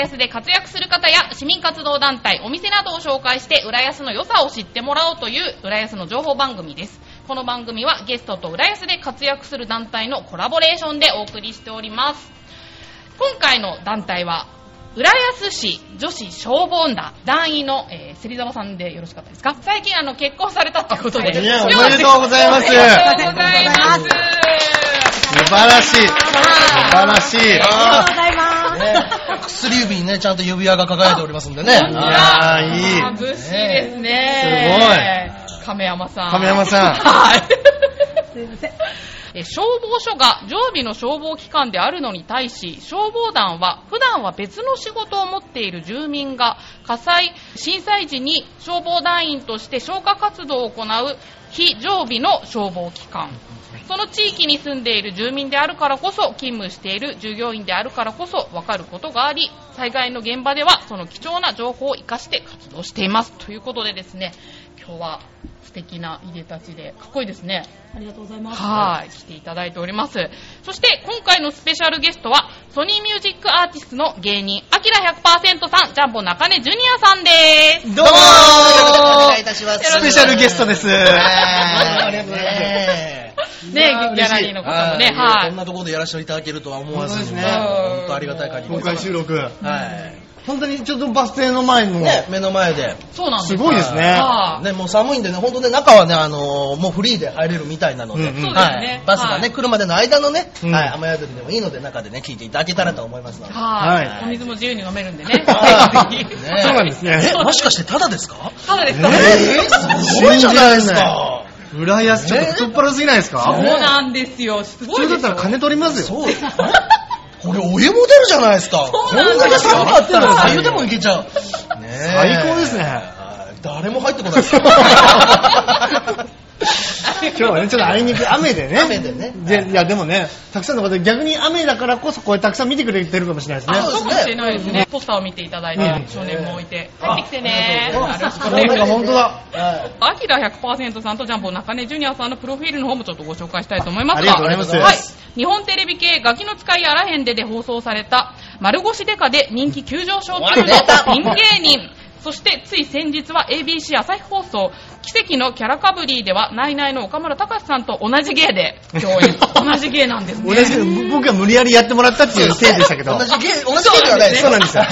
安で活躍する方や市民活動団体、お店などを紹介して浦安の良さを知ってもらおうという浦安の情報番組です。この番組はゲストと浦安で活躍する団体のコラボレーションでお送りしております。今回の団体は浦安市女子消防団団員の、えー、芹沢さんでよろしかったですか最近あの結婚されたということで、いやおめでとうございますおめでとうございますおめでとうござい素晴らしい。素晴らしい。ありあがとうございます。ね、薬指にね、ちゃんと指輪が輝いておりますんでね。本当だいやーいいあーずっしりですね。すごい。亀山さん。亀山さん はい。 すいません。え消防署が常備の消防機関であるのに対し消防団は普段は別の仕事を持っている住民が火災震災時に消防団員として消火活動を行う非常備の消防機関その地域に住んでいる住民であるからこそ勤務している従業員であるからこそ分かることがあり災害の現場ではその貴重な情報を生かして活動していますということでですね今日は素敵ないでたちでかっこいいですねありがとうございます。はい、来ていただいております。そして、今回のスペシャルゲストは、ソニーミュージックアーティストの芸人、アキラ100%さん、ジャンボ中根ジュニアさんです。どうもどうもお願いいたします。スペシャルゲストです。ありがとうございます。ね、ギャラリーの方もね、はこんい。なところでやらせていただけるとは思わずにね、本当ですね本当ありがたい限り公です。開収録。はい。本当にちょっとバス停の前の、ね、目の前で。そうなんです。すごいですね。はいね、もう寒いんでね、本当ね、中はね、あのーもうフリーで入れるみたいなので、うんうんそうですねはい、バスがね、はい来るまでの間のね、うんはい、雨宿りでもいいので、中でね、聞いていただけたらと思いますので。はい、はいお水も自由に飲めるんでね。 はぜひいぜひねそうなんですね。え、もしかしてタダですかただですえと、すごいじゃないですか。浦安ちょっと太っ腹すぎないですそうかなんですよ。す普ごい通だでっすたらよ。金取りますよ。そうですね。これお湯も出るじゃないですか。そうこなんんだでけすよ寒かったら左湯でもいけちゃう。ねえ最高ですねはい誰も入ってこないですよ。 今日はね、ちょっとあいにく雨でね。雨でねでいや、でもね、たくさんの方、逆に雨だからこそ、これたくさん見てくれてるかもしれないですねあ。そうかもしれないですね。ポスターを見ていただいうんて、少年も置いて。入ってきてね。よあろしくお願いしまなすんか本当だ。はいアキラ100%さんとジャンボ中根ジュニアさんのプロフィールの方もちょっとご紹介したいと思いますが。ありがとうございまはすい。日本テレビ系ガキの使いあらへんでで放送された、丸腰デカで人気急上昇中のピン芸人。そして、つい先日は ABC 朝日放送、奇跡のキャラかぶりでは、ナイナイの岡村隆史さんと同じ芸で共演。同じ芸なんですね。 同じく僕が無理やりやってもらったっていうせいで したけど同。じ芸、同じ芸ではないです。そうなんですよ。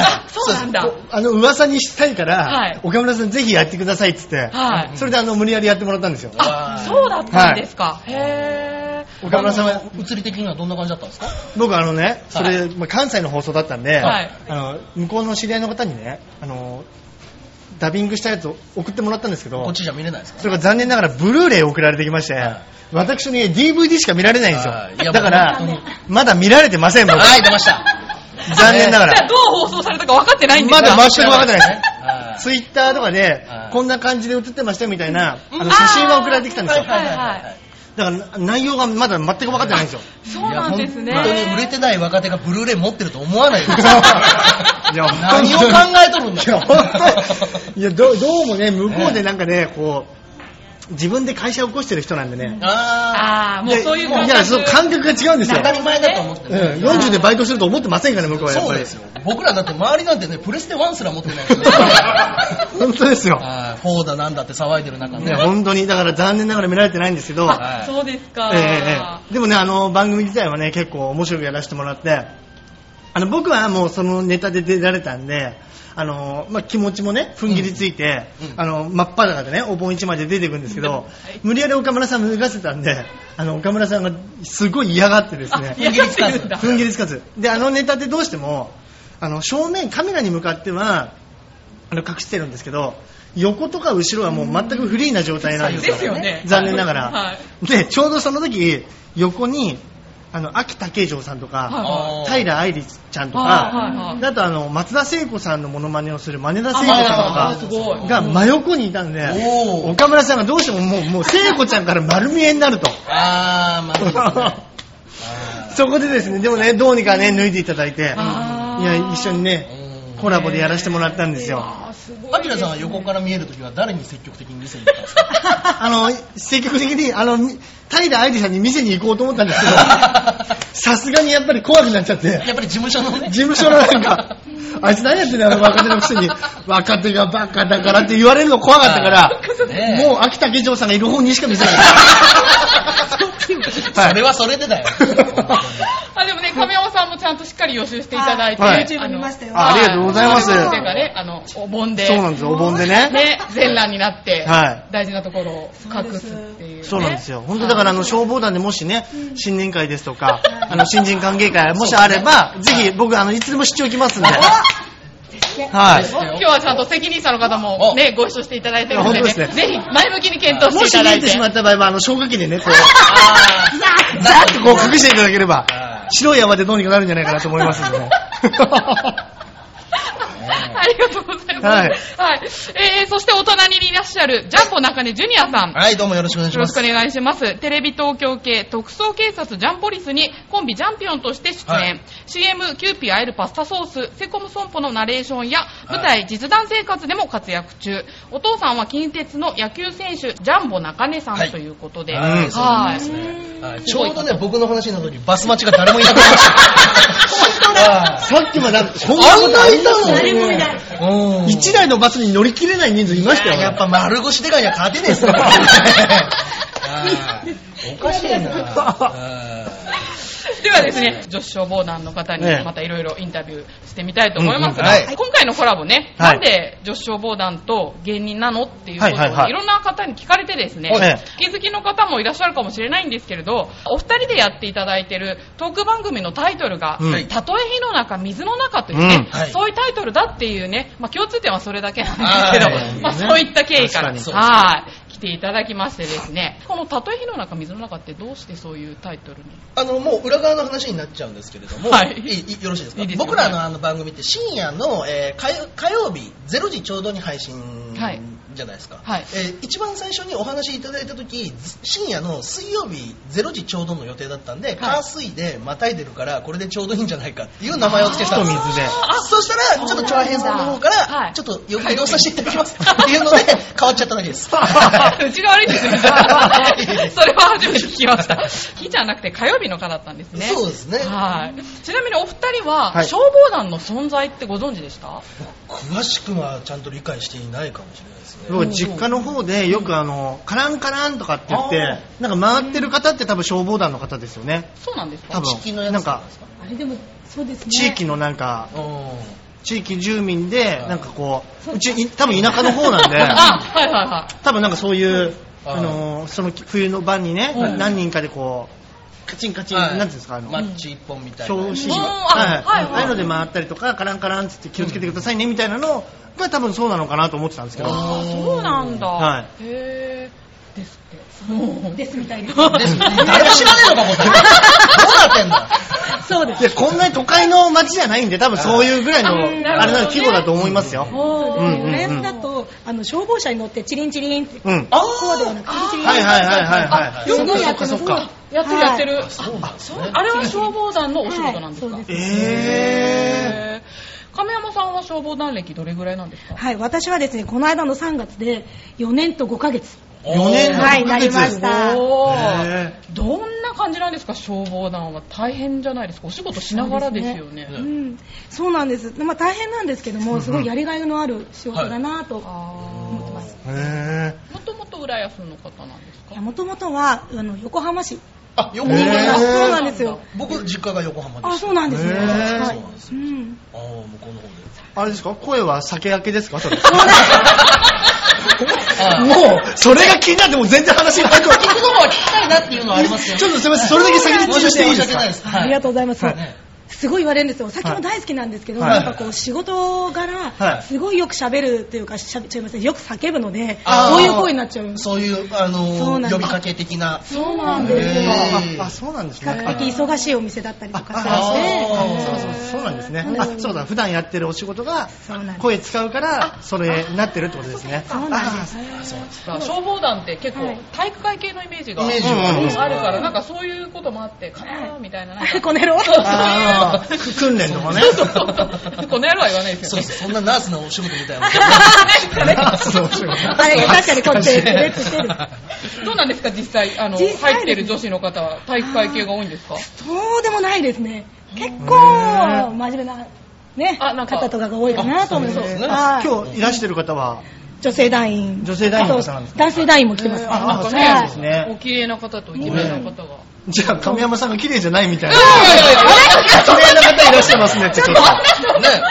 そうなんだ。あの、噂にしたいから、はい岡村さんぜひやってくださいって言って、はいそれであの、無理やりやってもらったんですよ。あ、そうだったんですか。へー。岡村さんは、物理的にはどんな感じだったんですか僕あのね、それ、はまあ、関西の放送だったんで、はいあの、向こうの知り合いの方にね、あの、ダビングしたやつを送ってもらったんですけど、こっちじゃ見れないですかそれが残念ながらブルーレイ送られてきまして、はい私ね、DVD しか見られないんですはいいよ。やだからもう本、まだ見られてません、僕。はい、出ました。残念ながじゃあら。どう放送されたか分かってないんですまかだ全く分かってないですねは。いツイッターとかでは、いこんな感じで映ってましたよみたいな、あうのん写真が送られてきたんですよ。はいはいだからな内容がまだ全く分かってないん ですよ。そうなんですね。いや本当に売れてない若手がブルーレイ持ってると思わないですよいや本当に何を考えとるんだいや、本当にいやどう、どうもね、向こうでなんかね、こう、自分で会社を起こしてる人なんでね。あああ、もうそういう感い覚や、その感覚が違うんですーよ当。たり前だと思ってうん、る。 40でバイトすると思ってませんから、向こうはやっそぱうりで。すよ。僕らだって周りなんてね、プレステ1すら持って ないですよ。本当ですよ。はい、フォーだなんだって騒いでる中ね、ね。本当に、だから残念ながら見られてないんですけど、えあはいそうですか。えええでもね、あの、番組自体はね、結構面白くやらせてもらって、あの、僕はもうそのネタで出られたんで、あの、まあ、気持ちもね、踏ん切りついて、うんうんあの、真っ裸でね、お盆市まで出てくんですけど、無理やり岡村さん脱がせたんで、あの、岡村さんがすごい嫌がってですねあ、嫌がってるんだ。踏ん切りつかず。で、あのネタってどうしても、あの、正面、カメラに向かっては、あの、隠してるんですけど、横とか後ろはもう全くフリーな状態なんですよ。ですよね残念ながはら。で、ちょうどその時、横に、あの、秋竹城さんとか、あー平愛理ちゃんとはいはいはか、いだとあの、松田聖子さんのモノマネをする真根田聖子さあんすとごかいが真横にいたんでお、ー岡村さんがどうしてももう、もう聖子ちゃんから丸見えにな ると。あー、まあいいですねそこでですね、でもね、どうにかね、脱いでいただいて、いあーや、一緒にね、あーうんコラボでやらせてもらったんですよ。あーすごいですねアキラさんは横から見えるときは誰に積極的に店に行ったんですか あの、積極的に、あの、み平愛理さんに店に行こうと思ったんですけど、さすがにやっぱり怖くなっちゃって、やっぱり事務所のね。事務所のなんか、あいつ何やってんだよ、あの若手のくせに、若手がバカだからって言われるの怖かったから、ねえもう秋田下城さんがいる方にしか見せない。それはそれでだよ。あでもね、亀山さんもちゃんとしっかり予習していただいて、はい YouTube 見ましたよのあありがとうございますはい前回ね、あの、お盆で、そうなんですよ、お盆でね。ね、全裸になって、は大事なところを隠すっていう、ね。そうなんですよ。本当だから、あの、消防団でもしね、新年会ですとか、はいあの、新人歓迎会、もしあれば、ぜひ僕、あの、いつでも出張来ますんで。はい。今日はちゃんと責任者の方もね、ご一緒していただいてるので,、あね本当ですねぜひ前向きに検討しもていした見だえいて。てしまった場合は、あの、消火器でね、こう、あざーっとこう隠していただければは、い白い山でどうにかなるんじゃないかなと思いま すんでね。ありがとうございます。はい。えー、そしてお隣にいらっしゃる、ジャンボ中根ジュニアさんー。はい、どうもよろしくお願いしよろましすくお。願いします。テレビ東京系特捜警察ジャンポリスにコンビジャンピオンとして出演。はい CM キューピー会えるパスタソース、セコム損保のナレーションや舞台実弾生活でも活躍中。お父さんは近鉄の野球選手、ジャンボ中根さはんいということで。はうんい、そうですね。はいちょうどね、僕の話になった時、バス待ちが誰もいなくなっち ゃさっきまで、そんなあんないたの誰もいない。った。うん一台のバスに乗り切れない人数いましたよ。やっぱ丸腰でかいには勝てねえっすねはいおかしいな。 ではですね、女子消防団の方にええまたいろいろインタビューしてみたいと思いますが、うんうんはい今回のコラボね、はいなんで女子消防団と芸人なのっていうことを、はいいはいはいろんな方に聞かれてですね、はい気づきの方もいらっしゃるかもしれないんですけれど、お二人でやっていただいてるトーク番組のタイトルが、うんたとえ火の中、水の中というね、うんはいそういうタイトルだっていうね、まあ、共通点はそれだけなんですけど、はいまあ、そういった経緯から、確かにはい、来ていただきましてですね、このたとえ火の中、水の中ってどうしてそういうタイトルにあのもう裏側の話になっちゃうんですけれども、はいいいよろしいですかいいですよ僕らのあの番組って深夜の、えー火曜火曜日0時ちょうどに配信はいじゃないですか、はいえー一番最初にお話いただいた時ず深夜の水曜日0時ちょうどの予定だったんで、火水でまたいでるからこれでちょうどいいんじゃないかっていう名前を付けたんですあー水でそしたらちょっとチョアヘンさんの方かはいらちょっとよ移動させていただきますっ ていうので変わっちゃっただけですうちが悪いんですよ。それは初めて聞きました。日じゃなくて火曜日の課だったんですね。そうですねはい。ちなみにお二人は、はい消防団の存在ってご存知でした詳しくはちゃんと理解していないかもしれないですね 僕実家の方でよくあのカランカランとかって言ってなんか回ってる方って多分消防団の方ですよねそうなんです多か分地域のやつなんかあれでも、そうですね。地域のなんかうん地域住民ではいなんかこううちい 多分田舎の方 なんで あ、はいはいはい。多分なんかそういうはいあのーその冬の晩にねはい何人かでこうカチンカチンはなんていうんですかあのマッチ一本みたいな。表紙うんはいあはいはいああいうので回ったりとかカランカランっつって気をつけてくださいねみたいなのが多分そうなのかなと思ってたんですけどあーそうなんだ。はへー。ですって。もう。ですみたいです。です誰も知らねえのか、もう。どうなってんだ。そうです。いや、こんなに都会の街じゃないんで、多分そういうぐらいの、ああれなるほどねなの規模だと思いますよ。おーんうんううんんうん、だとあの消防車に乗ってチリンチリンって、うん。あこうではなくチリンチリンはいはいはいはいあは、い。よそっくかやそっってかそっるか。。やってるやってる。そうなんですね。あれは消防団のお仕事なんですか、はいそうですへへー亀山さんは消防団歴どれぐらいなんですかはい、私はですねこの間の3月で4年と5ヶ月4年のはい6なヶり月。ましたおーへどんな感じなんですか消防団は大変じゃないですかお仕事しながらですよねそうですねうん、そうなんです、まあ、大変なんですけどもすごいやりがいのある仕事だなと思ってます、ーへもともと浦安の方なんですいかやもともとはあの横浜市あ、横へにいーま浜。すそうなんですよ僕、実家が横浜であす。そうなんですね、へーはそうなんですいうん、ああ、向こうの方で。あれですか声は酒明けですかそれ。 もあう、それが気になってもう全然話が入ってこない。聞くのは聞きたいなっていうのはありますよ。ちょっとすみません、それだけ先に申し注訳していいですなかいです。ありがとうございます、はいすごい言われるんですよ。お酒も大好きなんですけど、はいやっぱこう仕は事い柄、すごいよく喋るというか、しゃべっちゃいますね。よく叫ぶので、あーこういう声になっちゃう。比そういう、あそうのー、なんで呼びすかけ的な。そうなんですよへーあ、あそうなんですね。較的忙しいお店だったりとかしたりあそうしそうそうなんですねう。んあ、そうだ、普段やってるお仕事がそうなんです声使うから、それになってるってことですね。そうなんですあ消防団って結構体育会系のイメージがイメージはあるからなんかそういうこともあってかなーみたいななんかて。この野郎そういうあああ 訓練とかね。そうそうそう。この野郎は言わないですそようね。そう、そんなナースのお仕事みたいな。あそうそうあれ、確かにこっち、レッツして る。どうなんですか実際、あの、実際入ってる女子の方は体育会系が多いんですかそうでもないですね。結へ構、ー真面目な、ね、あなんか方とかが多いかなと思いそま。うですすねはい今日いらしてる方は、女性団員。女性団員のあ方なんですと、か男性団員も来てます。あなんかそうなんですはいねお綺麗な方とイケメンな方が。じゃあ亀山さんが綺麗じゃないみた いな。いやいやいや綺麗な方いらっしゃいますねってちょっと。ね、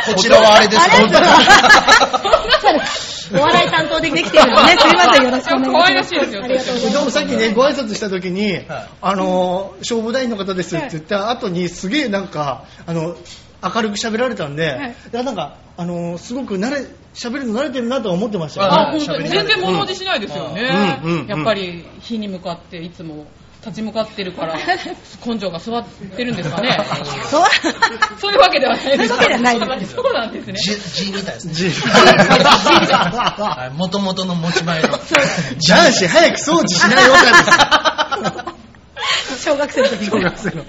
こちらはあれですあれ本当にお笑い担当でできてる のね。すみません、よろしくお願いします。可愛らしいですよありがとうごでざいます。もさっきね、ご挨拶した時に、はいあのー、消防団員の方ですって言った後に、すげえなんか、あの、明るく喋られたんで、はいい、やなんか、あのー、すごく慣れ、喋るの慣れてるなとは思ってましたよ、あ、は本い当に。喋りな全がら然物おじしないですよねうんうんう。んやっぱり、火に向かっていつも立ち向かってるから、根性が座ってるんですかね。そう。そういうわけではないです。そういうわけではないですそうなんですね。じじみたいですね。じはい元々の持ち前の。男子早く掃除 しないよ小学生の時小学生の。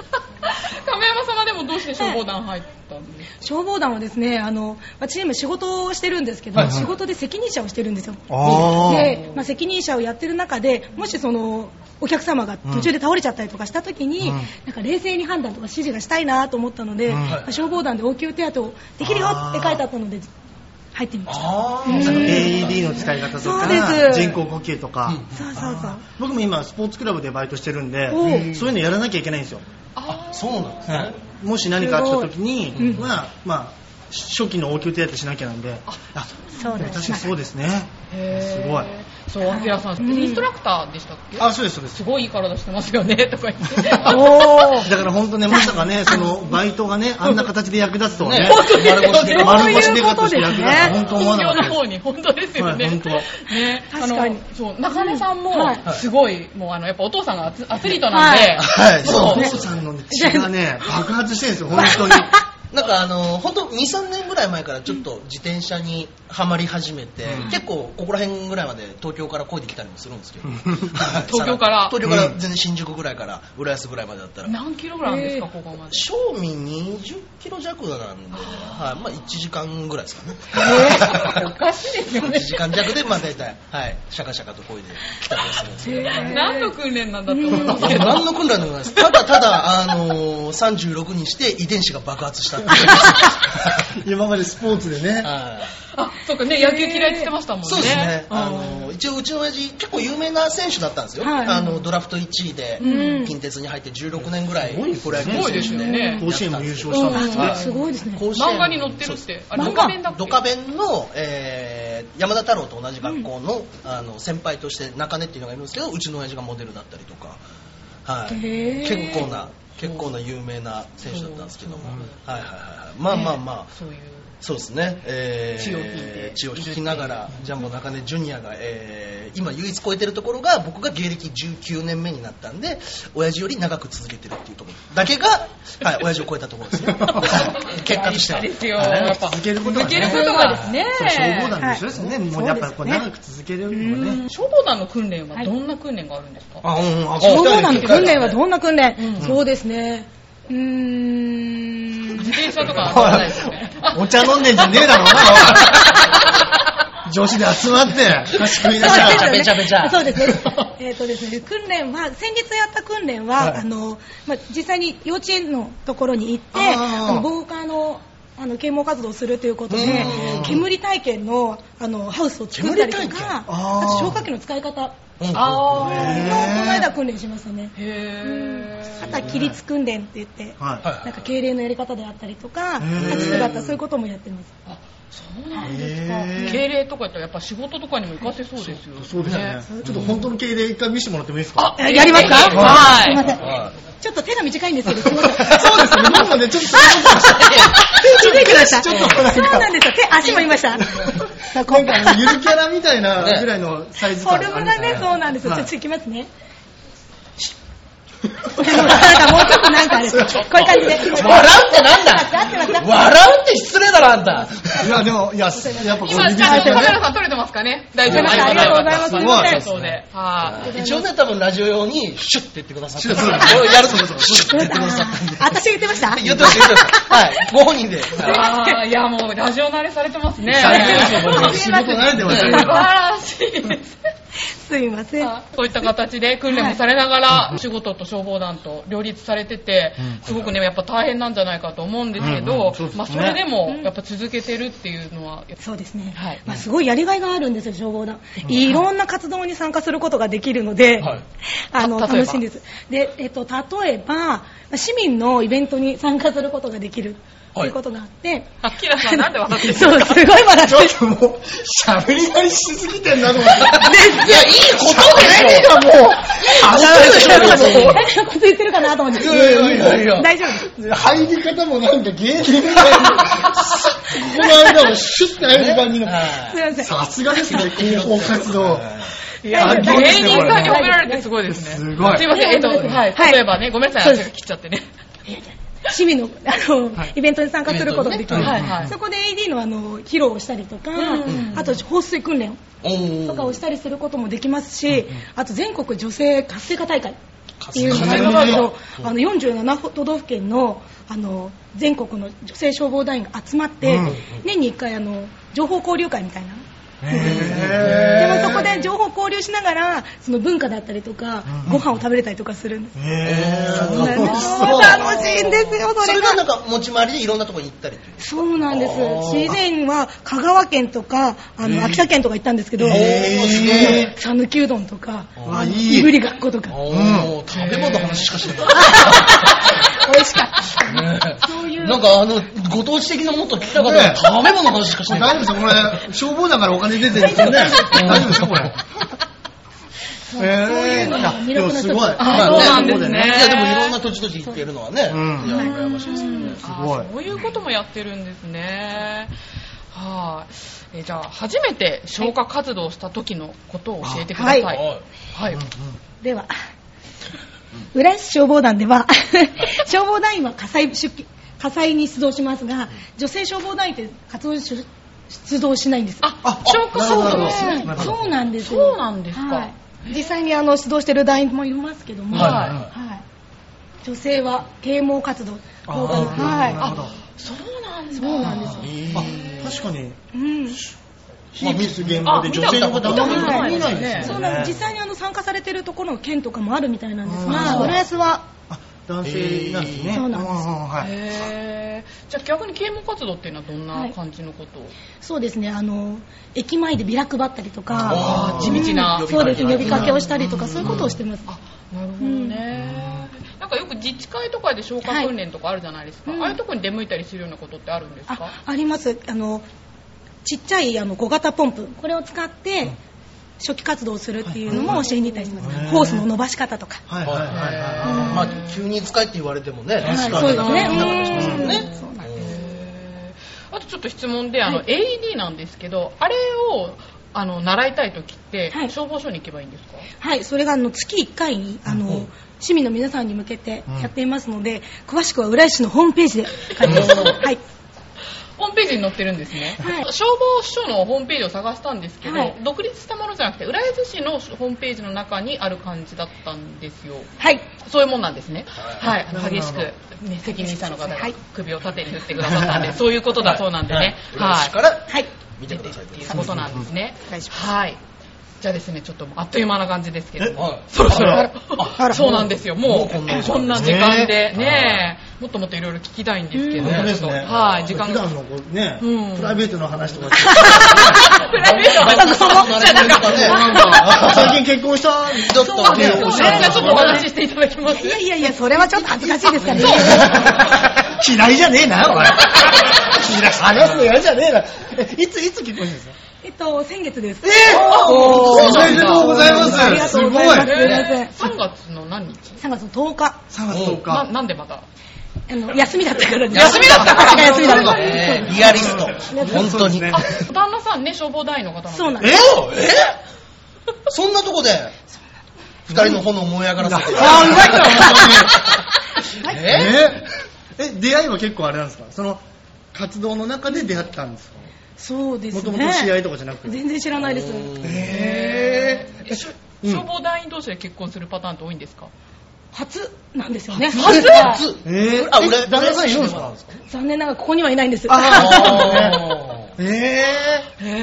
亀山様でもどうして消防団入ったんです消防団はですね、あの、まあチーム仕事をしてるんですけど、はいはい仕事で責任者をしてるんですよ。あーで、まあ、責任者をやってる中で、もしその、お客様が途中で倒れちゃったりとかした時に、うんなんか冷静に判断とか指示がしたいなと思ったので、うんまあ消防団で応急手当できるよって書いてあったので、入ってみました。あうんー AED の使い方とそうか、です人工呼吸とか、うんそうそうそう。僕も今スポーツクラブでバイトしてるんで、おうそういうのやらなきゃいけないんですよ。かそうなんですね。もし何かあった時に、すごいうんまあ、まあ、初期の応急手当てしなきゃなんで、あ、そうででもす確かにそうですね。すごい。すごい。そう、アキラさん、うんインストラクターでしたっけあ、そうです、そうですす。ごいいい体してますよね、とか言って。お だから本当ね、まさかね、そのバイトがね、あんな形で役立つとはね、本当ですよね丸腰で、丸腰でそういうこととして役立つとは本当思わ本なか業のったです方に、本当ですよね。はい本当ね、あの確かにそう、中根さんもうんはい、すごい、もうあの、やっぱお父さんがアスアスリートなんで、はい、そう、そうお父さんのね血がね、爆発してるんですよ、本当に。なんかあの本当2、3年ぐらい前からちょっと自転車にはまり始めて、うん結構ここら辺ぐらいまで東京から漕いできたりもするんですけど、 うんはい東京から東京から全然新宿ぐらいから浦安ぐらいまでだったら、何キロぐらいあるんですか、ここまで。正味20キロ弱なんで、はいまあ、1時間ぐらいですかね。お かしいですよ1ね。時間弱で、まあ、大体、はい、シャカシャカと漕いできたりはするんですけど。何の訓練なんだと思うんですけど。何の訓練でもないです。ただただ、あのー、36にして遺伝子が爆発したっていう。 今までスポーツではね、いあ、そうかね、野球嫌いって言ってましたもんね。そうですね。うんあの一応うちの親父結構有名な選手だったんですよ。はいあのドラフト1位でうん近鉄に入って16年ぐらいすごいですねプロ野すごいですよね球選手甲子園も優勝うしんたんですはいね。すごいですね。甲子園漫画に載ってるって、あれ、漫ド画カベンだっけドカベンの、えー山田太郎と同じ学校の,、あの先輩として中根っていうのがいるんですけどうちの親父がモデルだったりとか、はい、へー結構な結構な有名な選手だったんですけども、はいはいはいはい、まあまあまあ、そういう。そうですね、えー血を引いて血を引きながらジャンボ中根ジュニアが、えー今唯一超えてるところが僕が芸歴19年目になったんで親父より長く続けてるっていうところだけが、はい、親父を超えたところですねはい結果としてはやりたいですよ。はいやっぱ続けることが続けるこねとがですね。そう消防団と一緒ですよね、はいもうやっぱりこうそうですね長く続けるのはね。消防団の訓練はどんな訓練があるんですか、あ、うん、あ、消防団の聞きたい訓ね練はどんな訓練、うんそうですね。うー ん。自転車とかはないですよね。お茶飲んでんじゃねえだろうな。女子で集まって、貸し食いながら。べちゃべちゃそ うですね。えっ、とですね、訓練は、先日やった訓練は、はいあの、まあ、実際に幼稚園のところに行って、あーあの防火の、あの、啓蒙活動をするということでうん、煙体験の、あの、ハウスを作ったりと煙体験か、あーあと消火器の使い方うんあの、こへーの間訓練しましたね。ー。へあとは起立訓練って言って、ははいなんか敬礼のやり方であったりとか、へー立ち姿、そういうこともやってます。ー。あ、そうなんですへか。ー敬礼とか言ったらやっぱ仕事とかにも活かせそうですよね。い。そうですよね。ちょっと本当の経例一回見せてもらってもいいですかあ、やりますかはい。すいませんは。ちょっと手が短いんですけど、すいません。そうですね。なんかね、ちょっとそ見てください。ちょっとなんかそうなんですよ。手、足もいました。さの、なんかあ、今回。あのゆるキャラみたいなぐらいのサイズフォ感ルムあるんでがすねね、そうなんですよ。はちいょっといきますね。なんかもうちょっとなんかあれ、こういう感じで。笑うってなん合ってます合ってだます笑うって失礼だろ、あんた。いや、でも、いや、やっぱこう、今、ちゃんとカメラさん撮れてますかね大丈夫カメラさんすあごいりがとうござ放います送で。はい。一応ね、多分ラジオ用にシュッて言ってくださって。シュッてこうやるとシュッて言ってあくださったんで。ー私が言ってました言ってました、言ってました。はい。ご本人で。あーいや、もう、ラジオ慣れされてますね。されてますよ僕は仕事慣れてますよ素晴らしいです。すいません。そういった形で訓練もされながら、仕事と消防団と両立されてて、すごくね、やっぱ大変なんじゃないかと思うんですけうんうどんそうで、すねまあ、それでも、やっぱ続けてるっていうのは、そうですね、はいまあ、すごいやりがいがあるんですよ、消防団、いろんな活動に参加することができるので、はいあのた例えば楽しいんですで、えっと、例えば、まあ市民のイベントに参加することができるとはいいうことがあ って、あ、キラさんなんで分かってるんですそかうすごい笑ってちょっともう、喋りなりしすぎてんなと思って。いや、いいことでしょ。がもう、あそうそうそうが誰かこと言ってるかなと思って、いやいやいやいや大丈夫です。もう、入り方もなんか芸人みたいな、スッこの間もシュッて入る感じの。はすいませんさすがですね、広報活動。いいや芸そうです人ねさんに褒これめられてすごいですね。すごいすいません、えっと、はい、はい例えばね、ごめんなさい、そう足ですが切っちゃってね。市民のあの、イベントに参加することができる、イベントにねはいはいそこで AD のあの披露をしたりとか、あと放水訓練おーとかをしたりすることもできますし、あと全国女性活性化大会っていうのがありますけど、あの47都道府県のあの全国の女性消防団員が集まって、うん年に1回あの情報交流会みたいな。へでもそこで情報交流しながらその文化だったりとか、ご飯を食べれたりとかするんです、ぇー。うん楽しそうそう。楽しいんですよそそれれががなんか持ち回りでいろんなとこに行ったりというそうなんですあー以前は香川県とかあの秋田県とか行ったんですけど、おーすげえ讃岐うどんとかわあのいいいぶりがっことかおーー食べ物の話しかしない。美味しかったねそういうなんかあの、ご当地的なもっと聞きたかったねら食べ物の話しかし大ない。丈夫ですかこれ、消防団からお金出てるんですよね。大丈夫ですかこれ。えのがー、魅でも力の一つすごい。あそうなんですねいや、でもいろんな土地土地行ってるのはね、いやうん羨ましいですよね。すごいあーそういうこともやってるんですね。はい、えじゃあ、初めて消火活動をした時のことを教えてください。ははい。はい。では浦安市消防団で は消防団員は火災出勤火災に出動しますが女性消防団員って活動し出動しないんですあ、消火活なるほ動どそうなるほどそうなんですよそうなんですかはい実際にあの指導してる団員もいますけども、はいはい女性は啓蒙活動あ動画のーはいなるほど。そうなんだ。そうなんですよ、あ、確かに、うん非ミス現場で女性の方あ見はたことない見ないですよね。そうなんです実際にあの参加されてるところの県とかもあるみたいなんですあがー浦安はあ男性なんですえね。ーそうなんですはい。へーじゃあ逆に啓蒙活動っていうのはどんな感じのことを、そうですねあの駅前でビラ配ったりとあかー地道なうんそうですね呼呼びびかかけけををししたたりりととかかそういうことをしてますなるほどね、なんかよく自治会とかで消火訓練とかあるじゃないですか、はいうんああいうとこに出向いたりするようなことってあるんですかあありますあのちっちゃいあの小型ポンプこれを使って初期活動をするっていうのも教えに行ったりしてます、はいホースの伸ばし方とか、はいはいはいはい。まあ、急に使えって言われてもね、はい確そかうにですねなかなかしますようんそうなんね。へーあとちょっと質問であの、AED なんですけどあれをあの習いたい時って、はい消防署に行けばいいんですかはいそれがあの月1回あの、うん市民の皆さんに向けてやっていますので、詳しくは浦井市のホームページで書いてます、はいホームページに載ってるんですね、はい消防署のホームページを探したんですけど、はい独立したものじゃなくて浦安市のホームページの中にある感じだったんですよはいそういうもんなんですね。ははいい、あの激しく、ね、責任者の方がはい首を縦に振ってくださったんで、 そういうことだそうなんでね。はいははいい、からはい見てくださいっていうことなんですねお願いし。ますはい。じゃあですね、ちょっとあっという間な感じですけども、はいそろそあろら、あらそうなんですよ、ももううここんんなな時間でね、もっともっといろいろ聞きたいんですけど、本当でちすょっね。とはい、時間普が。段のこうね、うんプライベートの話とか。プライベートの話そうじゃあなんか、ねなんか あ最近結婚したみたいちょっとそうですねよねおしじゃれゃあなちょっ人 とおがね話ししていただきますい。やいやいやそれはちょっと恥ずかしいですからねな嫌いじゃねえな、 お前。嫌い話すの嫌じゃねえな。えいつ、いつ結婚したんですかえっと先月ですおーめでとうございます。ありがとうございますすすいませんえー3月の何日3月の10日ごい。3月10な日。なんでまたあの休みだったからです休みだったから私が休みだったからえーリアリスト。本当に。そうですねあ、旦那さんね、消防団員の方なんでそうなんですええそんなとこで二人の炎を燃え上がらせて。あー、うざいな、本当に。えええ、出会いは結構あれなんですかその、活動の中で出会ったんですかそうですねもともと試合とかじゃなくて。全然知らないですええしょうん消防団員同士で結婚するパターンって多いんですか初なんですよね初はいえー、あ、俺、旦那さんいるんですか残念ながらここにはいないんですあー、ね、えへ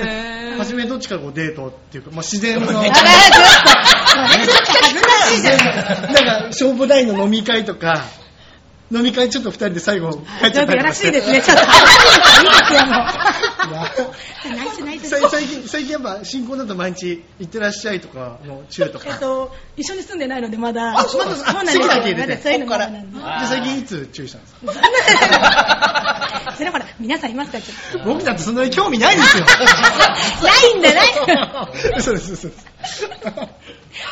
ー、初めどっちかこうデートっていうか、まあ、自然 の。だからちょっと、ちょっと恥ずかしいじゃないなんか、消防団員の飲み会とか、飲み会ちょっと二人で最後帰っちちょゃったっとやりとらかししいて。ですね、ちょっと。いいですよ、もう。ないです、さないいです。最近、最近やっぱ新婚だと毎日行ってらっしゃいとかの中とえっか。と、一緒に住んでないのでまだ。あそうなんですかそうなんです席だけ入れてまだそういうのまだなんでで、最近いつ注意したんですかそれはほら、皆さんいますから、ちょっ僕だってそんなに興味ないん ですよ。と。ないんだ、ない。そうです、そう です。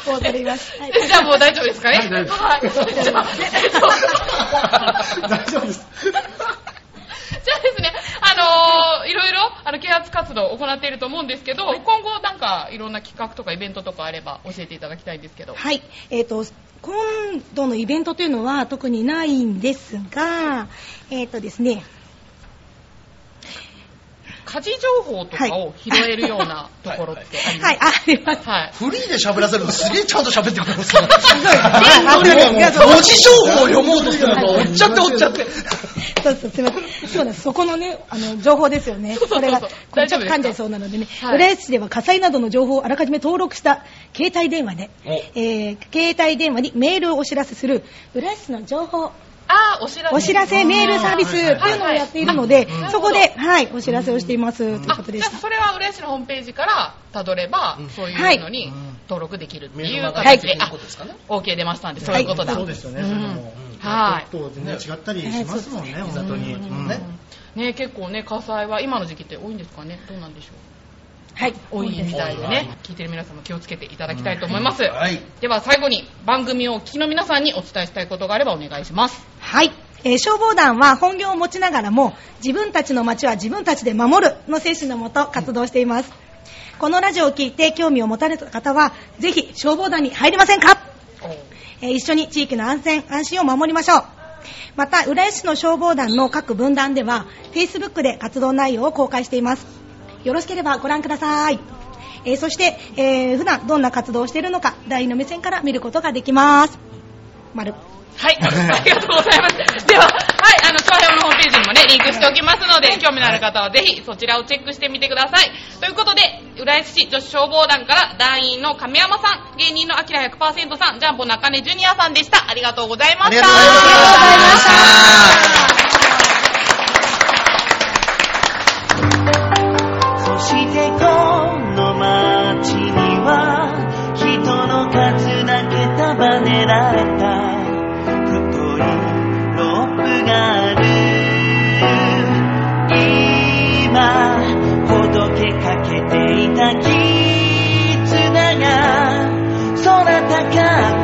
わかります。はいじゃあもう大丈夫ですかねはい大丈夫はいじゃあえっと大丈夫です。 じゃあですね、あのーいろいろ、あの、啓発活動を行っていると思うんですけど、今後なんか、いろんな企画とかイベントとかあれば教えていただきたいんですけど。はい、えっ、と、今度のイベントというのは特にないんですが、えっ、とですね、家事情報とかを拾えるようなところってありまはすい、ああります。かはい。フリーで喋らせるとすげえちゃんと喋ってくれますね。ありがとうございます文字情報を読もうとすると、おっちゃっておっちゃって。そうそう、すみません。そうなんです。そこのね、あの、情報ですよね。そうそうそうそうこれが、これ大ち丈ょ夫ですっかと噛んじゃいそうなのでね。はい浦安市では火災などの情報をあらかじめ登録した携帯電話で、おえー携帯電話にメールをお知らせする、浦安市の情報、ああ、お知らせ。お知らせメールサービスというのをやっているのではいはい、そこで、はい、お知らせをしていますというあことじでゃしあた。それは浦安市のホームページからたどれば、そういうのに登録できるってメーいルうが形で、入ってるあことですかね。 OK 出ましたんで、そういうことだ。そうですよね、うんそれも。はいちょっと全然違ったりしますもんね、本当に。うんねね、結構ね、火災は今の時期って多いんですかね、どうなんでしょう。はい、多いみたいで多いね、聞いてる皆さんも気をつけていただきたいと思います。はい。では最後に番組をお聞きの皆さんにお伝えしたいことがあればお願いします。はい。えー消防団は本業を持ちながらも、自分たちの街は自分たちで守るの精神のもと活動しています。このラジオを聞いて興味を持たれた方は、ぜひ消防団に入りませんか、えー一緒に地域の安全、安心を守りましょう。また、浦安市の消防団の各分団では、Facebook で活動内容を公開しています。よろしければご覧ください。えーそして、えー普段どんな活動をしているのか、第二の目線から見ることができます。丸。 はい、ありがとうございます。では、はい、あの、商標のホームページにもね、リンクしておきますので、興味のある方はぜひそちらをチェックしてみてください。ということで、浦安市女子消防団から団員の亀山さん、芸人のアキラ100%さん、ジャンボ中根ジュニアさんでした。ありがとうございました。ありがとうございましたありがとうございました。そしてこの街には人の数だけ束ねられた太いロープがある今ほどけかけていた絆が空高